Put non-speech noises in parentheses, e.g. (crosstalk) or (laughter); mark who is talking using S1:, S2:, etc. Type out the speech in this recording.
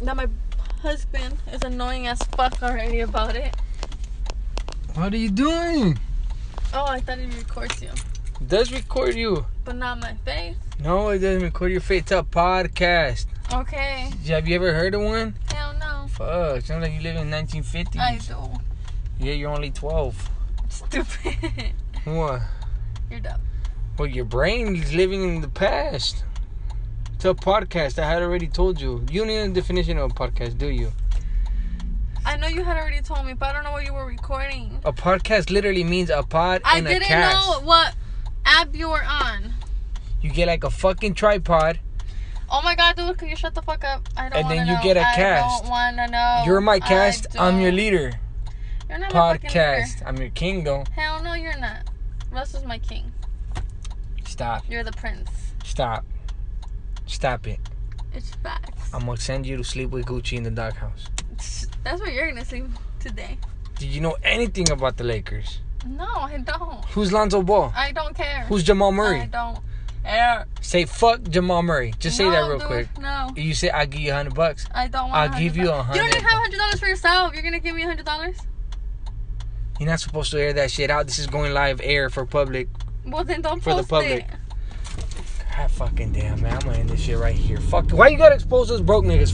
S1: that my husband is annoying as fuck already about it.
S2: What are you doing?
S1: Oh, I thought he records you,
S2: It does record you.
S1: but not my face.
S2: No, it doesn't record your face. It's a podcast.
S1: Okay,
S2: Have you ever heard of one?
S1: hell no.
S2: Fuck, sounds like you live in 1950s.
S1: I do.
S2: Yeah, you're only 12.
S1: (laughs) Stupid. (laughs)
S2: What?
S1: You're dumb.
S2: Well, your brain is living in the past. It's a podcast. I had already told you. You need a definition of a podcast, do you?
S1: I know you had already told me, but I don't know what you were recording.
S2: A podcast literally means a pod
S1: I
S2: and a
S1: didn't
S2: cast.
S1: know what app you were on.
S2: You get like a fucking tripod.
S1: Oh my god, dude, can you shut the fuck up? I don't
S2: And
S1: wanna
S2: then you
S1: know.
S2: get a
S1: I
S2: cast.
S1: don't wanna know.
S2: you're my
S1: Oh, I
S2: cast. I'm your
S1: don't-
S2: leader.
S1: You're not my fucking leader.
S2: Podcast. I'm your king, though.
S1: Hell no, you're not. Russ is my king.
S2: Stop.
S1: You're the prince.
S2: Stop. Stop it.
S1: It's facts.
S2: I'm gonna send you to sleep with Gucci in the doghouse.
S1: That's where you're gonna sleep today.
S2: Do you know anything about the Lakers?
S1: No, I don't.
S2: Who's Lonzo Ball?
S1: I don't care.
S2: Who's Jamal
S1: I
S2: Murray?
S1: don't. care.
S2: Say fuck Jamal Murray. Just say
S1: No,
S2: that real
S1: dude,
S2: quick.
S1: No,
S2: You say I give you hundred bucks.
S1: I don't want.
S2: I'll give you
S1: $100. You don't
S2: $100.
S1: even have hundred dollars for yourself. You're gonna give me hundred dollars?
S2: You're not supposed to air that shit out. This is going live air for public.
S1: Well then, don't
S2: For the
S1: post
S2: public.
S1: it.
S2: God fucking damn man, I'm gonna end this shit right here. Fuck. Why you gotta expose those broke niggas?